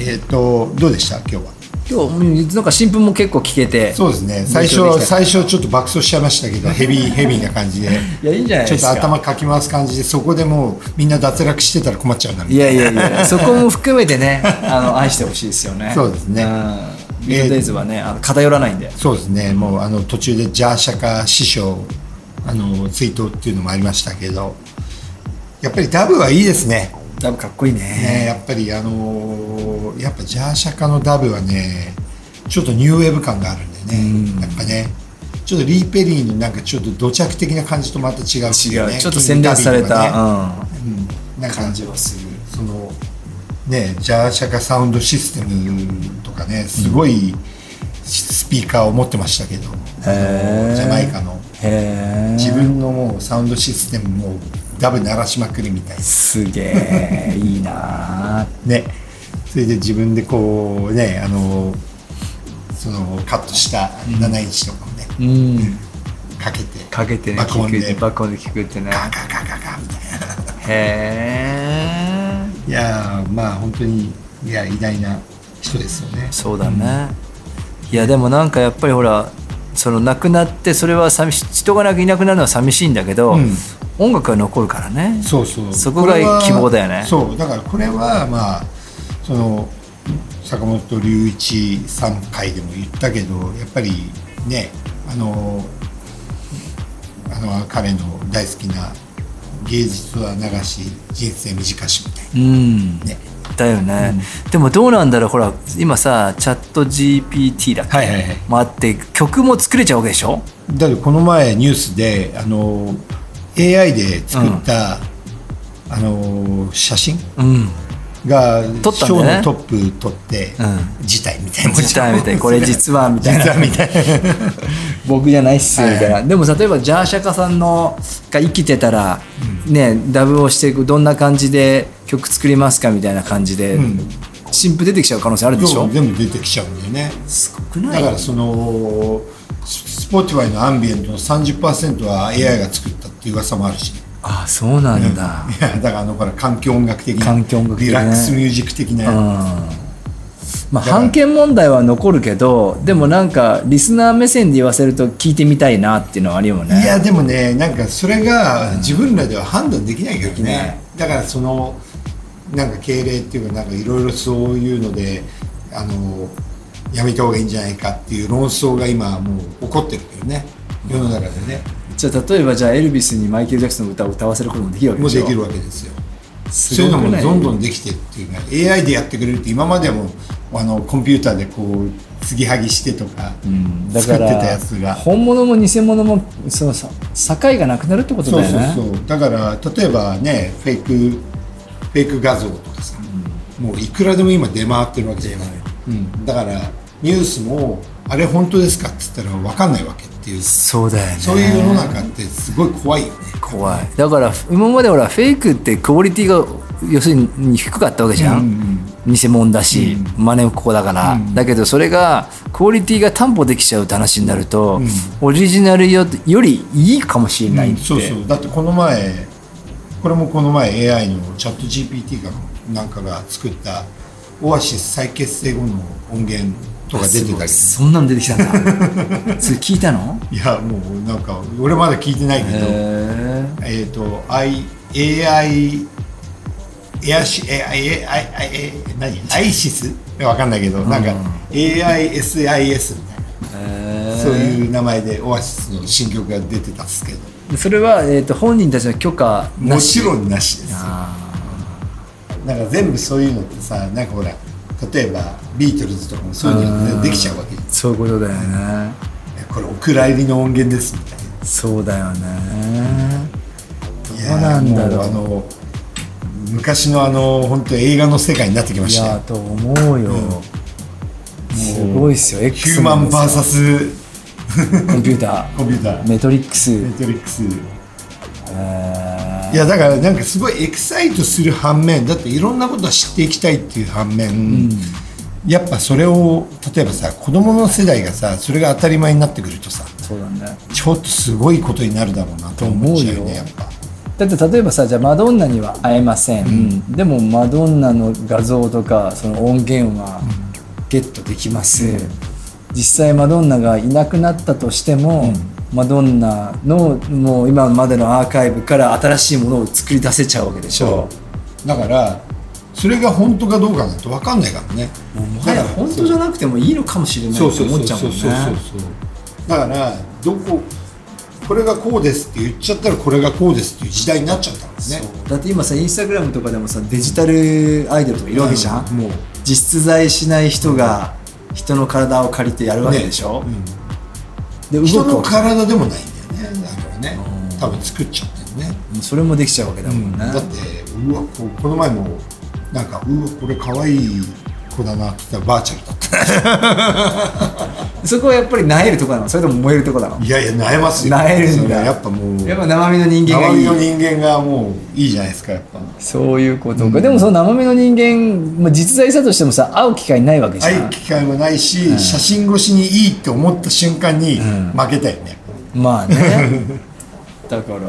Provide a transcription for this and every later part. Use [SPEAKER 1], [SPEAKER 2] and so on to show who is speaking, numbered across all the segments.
[SPEAKER 1] えっ、とどうでした今日は
[SPEAKER 2] 今日なんか新聞も結構聞けて
[SPEAKER 1] そうですね最
[SPEAKER 2] 勉強
[SPEAKER 1] 初
[SPEAKER 2] できた
[SPEAKER 1] 最初ちょっと爆走しちゃいました けどヘビーヘビーな感じで
[SPEAKER 2] いやいいんじゃない
[SPEAKER 1] ちょ
[SPEAKER 2] で
[SPEAKER 1] っ
[SPEAKER 2] す
[SPEAKER 1] と
[SPEAKER 2] か
[SPEAKER 1] 頭かき回す感じでそこでもうみんな脱落してたら困っちゃうなみ
[SPEAKER 2] い
[SPEAKER 1] たい
[SPEAKER 2] やいやいやそこも含め てねあの愛してほしいですよね
[SPEAKER 1] そうですね
[SPEAKER 2] んビートデイズはねあの偏らないんで
[SPEAKER 1] なそうですねもうあの途中でジャーシャカ師匠あの追悼っていうのもありましたけどやっぱりダブはいいですね
[SPEAKER 2] 多分かっこいいね
[SPEAKER 1] ねやっぱりあのーやっぱジャーシャカのダブはねちょっとニューウェーブ感があるんでね、やっぱねちょっとリー・ペリーのなんかちょっと土着的な感じとまた違うってい
[SPEAKER 2] 違
[SPEAKER 1] う
[SPEAKER 2] う
[SPEAKER 1] ね、
[SPEAKER 2] ちょっと洗練された、うん
[SPEAKER 1] うん、なんか感じはするそのねジャーシャカサウンドシステムとかねすごいスピーカーを持ってましたけど、
[SPEAKER 2] へー
[SPEAKER 1] ジャマイカの
[SPEAKER 2] へえ
[SPEAKER 1] 自分のもうサウンドシステムもダブ鳴らしまくりみたいな
[SPEAKER 2] すげえいいなあ
[SPEAKER 1] ねそれで自分でこうねあのそのカットした7インチとかもね、
[SPEAKER 2] うん
[SPEAKER 1] かけて
[SPEAKER 2] かけてね
[SPEAKER 1] 爆音
[SPEAKER 2] 聞
[SPEAKER 1] で
[SPEAKER 2] くって爆音で聞くってね
[SPEAKER 1] ガガガガガみたいな
[SPEAKER 2] へえ
[SPEAKER 1] いやーまあ本当にいや偉大な人ですよね
[SPEAKER 2] そうだね、いやでもなんかやっぱりほらその亡くなってそれは寂し人がいなくなるのは寂しいんだけど、
[SPEAKER 1] うん
[SPEAKER 2] 音楽は残るからね
[SPEAKER 1] そうそう
[SPEAKER 2] そこが
[SPEAKER 1] れは
[SPEAKER 2] 希望だよね
[SPEAKER 1] そうだからこれはまあその坂本龍一さん回でも言ったけどやっぱりねあのあの彼の大好きな芸術は長し人生短しみたい
[SPEAKER 2] うん
[SPEAKER 1] なね
[SPEAKER 2] だよね、でもどうなんだろうほら今さチャット GPT だっけ、
[SPEAKER 1] はいはいはい
[SPEAKER 2] もあって曲も作れちゃうわけでしょ
[SPEAKER 1] だってこの前ニュースであの AI で作った、あの写真
[SPEAKER 2] うん
[SPEAKER 1] が
[SPEAKER 2] 撮ったんだよ
[SPEAKER 1] シ
[SPEAKER 2] ね
[SPEAKER 1] ョーのトップ撮って、
[SPEAKER 2] う
[SPEAKER 1] 事態みたいな
[SPEAKER 2] 実はみたい なこれ実はみたい
[SPEAKER 1] 実
[SPEAKER 2] な
[SPEAKER 1] はみたいな
[SPEAKER 2] 僕じゃないっすよ
[SPEAKER 1] はい
[SPEAKER 2] みたいなでも例えばジャーシャカさんのが生きてたら、ねダブをしていくどんな感じで曲作りますかみたいな感じで、
[SPEAKER 1] ん
[SPEAKER 2] 新譜出てきちゃう可能性ある でし
[SPEAKER 1] ど
[SPEAKER 2] ょ
[SPEAKER 1] う全部出てきちゃうんだよね
[SPEAKER 2] すごくな
[SPEAKER 1] だ
[SPEAKER 2] い
[SPEAKER 1] からその Spotify のアンビエントの30%は AI が作ったっていう噂もあるし、
[SPEAKER 2] あそうなんだ、
[SPEAKER 1] い やだからあのほら環境音楽的な
[SPEAKER 2] 環境音楽的
[SPEAKER 1] リ
[SPEAKER 2] な
[SPEAKER 1] ラックスミュージック的な、
[SPEAKER 2] まあ、
[SPEAKER 1] から
[SPEAKER 2] 版権問題は残るけどでもなんかリスナー目線で言わせると聞いてみたいなっていうのはあるよね
[SPEAKER 1] いやでもねなんかそれが自分らでは判断できないけど
[SPEAKER 2] きな
[SPEAKER 1] ね
[SPEAKER 2] い
[SPEAKER 1] だからそのなんか敬礼っていうかなんかいろいろそういうのであのやめた方がいいんじゃないかっていう論争が今もう起こってるけどね世の中でね
[SPEAKER 2] じゃあ例えばじゃあエルビスにマイケル・ジャクソンの歌を歌わせることもできるわけ
[SPEAKER 1] もう
[SPEAKER 2] でし
[SPEAKER 1] で
[SPEAKER 2] ょ
[SPEAKER 1] きるわけですよ
[SPEAKER 2] す
[SPEAKER 1] そういう
[SPEAKER 2] ご
[SPEAKER 1] の
[SPEAKER 2] く
[SPEAKER 1] も
[SPEAKER 2] ない
[SPEAKER 1] どんどんできてっていうか AI でやってくれるって今までもあのコンピューターでこう継ぎはぎしてとか、
[SPEAKER 2] うんだ
[SPEAKER 1] 作っ
[SPEAKER 2] か
[SPEAKER 1] てたや
[SPEAKER 2] ら
[SPEAKER 1] つが
[SPEAKER 2] 本物も偽物もそのさ境がなくなるってこと
[SPEAKER 1] そう
[SPEAKER 2] だよ
[SPEAKER 1] そう
[SPEAKER 2] ね
[SPEAKER 1] そうだから例えばねフェイクフェイク画像とかさ、もういくらでも今出回ってるわけじゃない、うん、だからニュースもあれ本当ですかっつったら分かんないわけっていう
[SPEAKER 2] そうだよね
[SPEAKER 1] そういう世の中ってすごい怖いよね
[SPEAKER 2] 怖いだから今までほらフェイクってクオリティが要するに低かったわけじゃん、偽物だし、真似っこだから、だけどそれがクオリティが担保できちゃうって話になると、オリジナルよよりいいかもしれないって、
[SPEAKER 1] そうそうだってこの前これもこの前 AI のチャット GPT がなんかが作ったオアシス再結成後の音源とか出てたけど
[SPEAKER 2] そんなの出てき たんだそれ聞いたの
[SPEAKER 1] いやもうなんか俺まだ聞いてないけど、
[SPEAKER 2] へ
[SPEAKER 1] えっ、と、I、AI、エアシ、え、え、え、え、何アイシスわかんないけど、なんか、AISIS みたいな、そういう名前でオアシスの新曲が出てたんですけど、
[SPEAKER 2] えそれは、えー、と本人たちの許可
[SPEAKER 1] も
[SPEAKER 2] なし
[SPEAKER 1] ちろんなしですよ。なんか全部そういうのってさ、なんかほら、例えばビートルズとかもそういうのでできちゃうわけじゃん
[SPEAKER 2] そういうことだよね
[SPEAKER 1] これ、お蔵入りの音源ですみたいな。
[SPEAKER 2] そうだよね
[SPEAKER 1] い
[SPEAKER 2] どうなんだろ
[SPEAKER 1] や
[SPEAKER 2] う
[SPEAKER 1] もうあの昔のあの本当映画の世界になってきま
[SPEAKER 2] い
[SPEAKER 1] したよ
[SPEAKER 2] やと思うよ、すごいっすよ
[SPEAKER 1] ヒューマン
[SPEAKER 2] X
[SPEAKER 1] ス
[SPEAKER 2] コンピュータ
[SPEAKER 1] コンピュータ
[SPEAKER 2] ー
[SPEAKER 1] ー、メ
[SPEAKER 2] メトリックス、
[SPEAKER 1] トリックス。い
[SPEAKER 2] え
[SPEAKER 1] や、だからなんかすごいエキサイトする反面、だっていろんなことは知っていきたいっていう反面、やっぱそれを、例えばさ、子供の世代がさ、それが当たり前になってくるとさ、
[SPEAKER 2] ーそうなんだよ
[SPEAKER 1] ちょっとすごいことになるだろうなと思っちゃうよね、やっぱ。
[SPEAKER 2] だって例えばさじゃあマドンナには会えません、でもマドンナの画像とかその音源はゲットできます、実際マドンナがいなくなったとしても、マドンナのもう今までのアーカイブから新しいものを作り出せちゃうわけでしょ
[SPEAKER 1] だからそれが本当かどうかなんて分かんないからね
[SPEAKER 2] もうもはや本当じゃなくてもいいのかもしれないって
[SPEAKER 1] そうそう
[SPEAKER 2] 思
[SPEAKER 1] そ
[SPEAKER 2] っ
[SPEAKER 1] う
[SPEAKER 2] ちゃう
[SPEAKER 1] そ
[SPEAKER 2] も
[SPEAKER 1] うんそうそう
[SPEAKER 2] ね
[SPEAKER 1] だからどここれがこうですって言っちゃったらこれがこうですっていう時代になっちゃったんですね
[SPEAKER 2] そうだって今さインスタグラムとかでもさデジタルアイドルとかいるわけじゃん、
[SPEAKER 1] うんもう
[SPEAKER 2] 実在しない人が人の体を借りてやるわけでしょ、
[SPEAKER 1] ね
[SPEAKER 2] で
[SPEAKER 1] うん人
[SPEAKER 2] 動く
[SPEAKER 1] の
[SPEAKER 2] わけ
[SPEAKER 1] 体でもないんだよねだからね
[SPEAKER 2] うん
[SPEAKER 1] 多分作っちゃってるね
[SPEAKER 2] それもできちゃうわけだもんね、
[SPEAKER 1] だってうわここの前もなんかうわこれ可愛い子だなって言ったらばあちゃんだった
[SPEAKER 2] そこはやっぱりなえるとこなのそれとも燃えるとこなの
[SPEAKER 1] いやいや悩ますよ
[SPEAKER 2] 萎えるんだ
[SPEAKER 1] それはやっぱもう
[SPEAKER 2] やっぱ生身の人間がい
[SPEAKER 1] 生身の人
[SPEAKER 2] い
[SPEAKER 1] 間がもういいじゃないですかやっぱ
[SPEAKER 2] そういうことか、でもその生身の人間、まあ、実在したとしてもさ会う機会ないわけじゃん、
[SPEAKER 1] 会う機会もないし、写真越しにいいって思った瞬間に
[SPEAKER 2] ん
[SPEAKER 1] 負けたよね、
[SPEAKER 2] まあね だから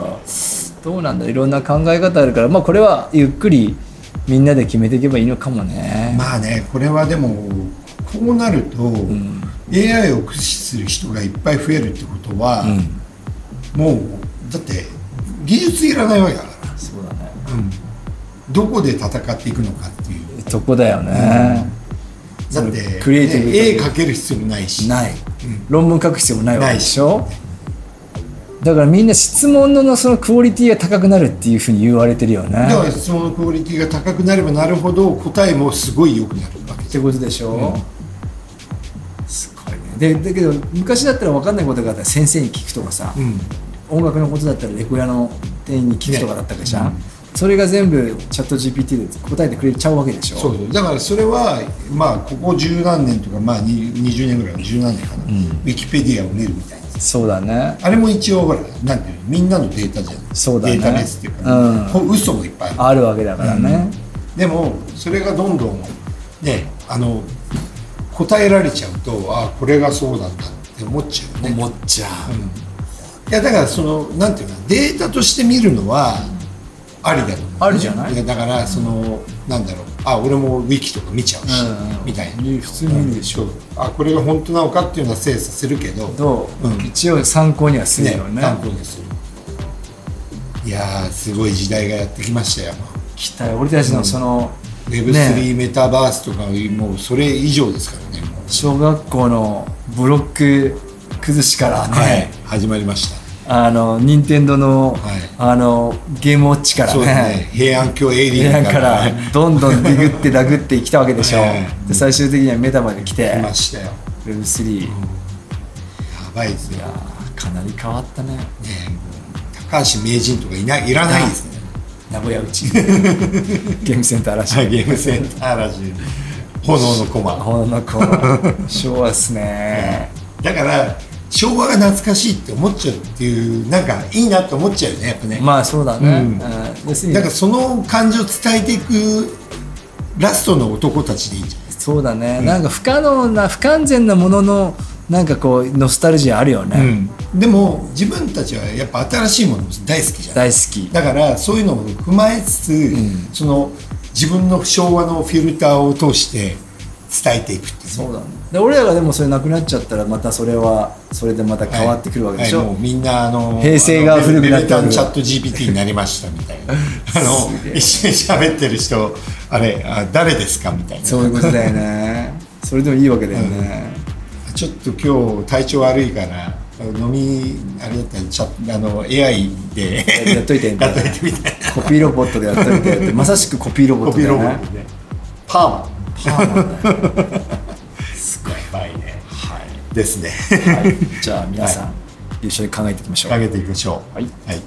[SPEAKER 2] どうなんだいろんな考え方あるからまあこれはゆっくりみんなで決めていけばいいのかもね、
[SPEAKER 1] まあねこれはでもこうなると、AI を駆使する人がいっぱい増えるってことは、
[SPEAKER 2] うん
[SPEAKER 1] もうだって技術いらないわけだから
[SPEAKER 2] そうだね
[SPEAKER 1] どこで戦っていくのかっていう
[SPEAKER 2] そこだよね、
[SPEAKER 1] だっ
[SPEAKER 2] そ
[SPEAKER 1] て
[SPEAKER 2] のクリエイティブとい
[SPEAKER 1] ね
[SPEAKER 2] う
[SPEAKER 1] 絵描ける必要もないし
[SPEAKER 2] ない、論文書く必要もないわけでしょ
[SPEAKER 1] な
[SPEAKER 2] だからみんな質問のそのクオリティが高くなるっていうふうに言われてるよね
[SPEAKER 1] だから質問のクオリティが高くなればなるほど答えもすごい良くなるわけ
[SPEAKER 2] ってことでしょ、すごいねでだけど昔だったら分かんないことがあったら先生に聞くとかさ、
[SPEAKER 1] うん
[SPEAKER 2] 音楽のことだったらレコヤの店員に聞くとかだったわけじゃん、
[SPEAKER 1] ね
[SPEAKER 2] それが全部チャット GPT で答えてくれちゃうわけでしょ
[SPEAKER 1] そうそうだからそれはまあここ十何年とかまあに20年ぐらい十何年かな、ウィキペディアを見るみたいな
[SPEAKER 2] そうだね
[SPEAKER 1] あれも一応ほらなんていうのみんなのデータじゃない
[SPEAKER 2] そうだね
[SPEAKER 1] データベースっていうか、
[SPEAKER 2] うん
[SPEAKER 1] こう嘘もいっぱいある
[SPEAKER 2] あるわけだからね、
[SPEAKER 1] でもそれがどんどんねあの答えられちゃうとああこれがそうなんだって思っちゃうね
[SPEAKER 2] 思っちゃう、
[SPEAKER 1] いやだからそのなんていうかデータとして見るのはありだと思う、
[SPEAKER 2] ありじゃない
[SPEAKER 1] やだからそのなんだろうあ俺もウィキとか見ちゃうし、
[SPEAKER 2] うんうん
[SPEAKER 1] みたいな
[SPEAKER 2] 普通に見るでし
[SPEAKER 1] そ
[SPEAKER 2] ょ
[SPEAKER 1] うあこれが本当なのかっていうのは精査するけど
[SPEAKER 2] どう、
[SPEAKER 1] うん
[SPEAKER 2] 一応参考にはする
[SPEAKER 1] ね
[SPEAKER 2] よね
[SPEAKER 1] 参考にするいやーすごい時代がやってきましたよ
[SPEAKER 2] 期待俺たちのその、ね
[SPEAKER 1] Web3、メタバースとかもうそれ以上ですからねもう
[SPEAKER 2] 小学校のブロック崩しからね、
[SPEAKER 1] はい、始まりました
[SPEAKER 2] あの任天堂の、
[SPEAKER 1] はい
[SPEAKER 2] あのゲームウォッチから
[SPEAKER 1] そうです
[SPEAKER 2] ね
[SPEAKER 1] ね平安京エイリ
[SPEAKER 2] 平
[SPEAKER 1] ア
[SPEAKER 2] 安
[SPEAKER 1] ン
[SPEAKER 2] か
[SPEAKER 1] から
[SPEAKER 2] らどんどんディグってダグってきたわけでしょ、
[SPEAKER 1] ええ
[SPEAKER 2] で最終的にはメタまで来て
[SPEAKER 1] 来ましたよや
[SPEAKER 2] Web3、い
[SPEAKER 1] ばいですよ
[SPEAKER 2] やーかなり変わったね
[SPEAKER 1] ねえもう高橋名人とかいないいらないですね。
[SPEAKER 2] 名古屋うち ゲームセンターらし
[SPEAKER 1] はいい、ゲームセンターらしい炎の駒。
[SPEAKER 2] ほんのこう昭和っすね
[SPEAKER 1] だから昭和が懐かしいって思っちゃうっていうなんかいいなって思っちゃうよねやっぱね。
[SPEAKER 2] まあそうだね、
[SPEAKER 1] うん
[SPEAKER 2] うん要するに
[SPEAKER 1] だからその感情を伝えていくラストの男たちでいいんじゃない
[SPEAKER 2] そうだね、なんか不可能な不完全なもののなんかこうノスタルジーあるよね、
[SPEAKER 1] でも自分たちはやっぱ新しいもの大好きじゃん。
[SPEAKER 2] 大好き
[SPEAKER 1] だからそういうのを踏まえつつ、その自分の昭和のフィルターを通して伝えていくっていうね
[SPEAKER 2] そうだねで俺らがでもそれなくなっちゃったらまたそれはそれでまた変わってくるわけでしょ、
[SPEAKER 1] はいはいもうみんなあの
[SPEAKER 2] 平成が古くなった
[SPEAKER 1] あのベベタンチャット GPT になりましたみたいなあの一緒に喋ってる人あれあ誰ですかみたいな
[SPEAKER 2] そういうことだよねそれでもいいわけだよね、
[SPEAKER 1] ちょっと今日体調悪いから飲みあれだったらチャットあの AI で
[SPEAKER 2] やっといてみた
[SPEAKER 1] や
[SPEAKER 2] い
[SPEAKER 1] っと
[SPEAKER 2] ない
[SPEAKER 1] てみたいな
[SPEAKER 2] コピーロボットでやったりとやってまさしくコピーロボッ
[SPEAKER 1] コ
[SPEAKER 2] ト
[SPEAKER 1] ピ
[SPEAKER 2] だ
[SPEAKER 1] ー
[SPEAKER 2] よ
[SPEAKER 1] ロボッ
[SPEAKER 2] ね
[SPEAKER 1] トでパーマ
[SPEAKER 2] パーなんだよ
[SPEAKER 1] すごいやばいねはいですね
[SPEAKER 2] はいじゃあ皆さん、一緒に考えていきましょう
[SPEAKER 1] 上げていきましょう
[SPEAKER 2] はい
[SPEAKER 1] はい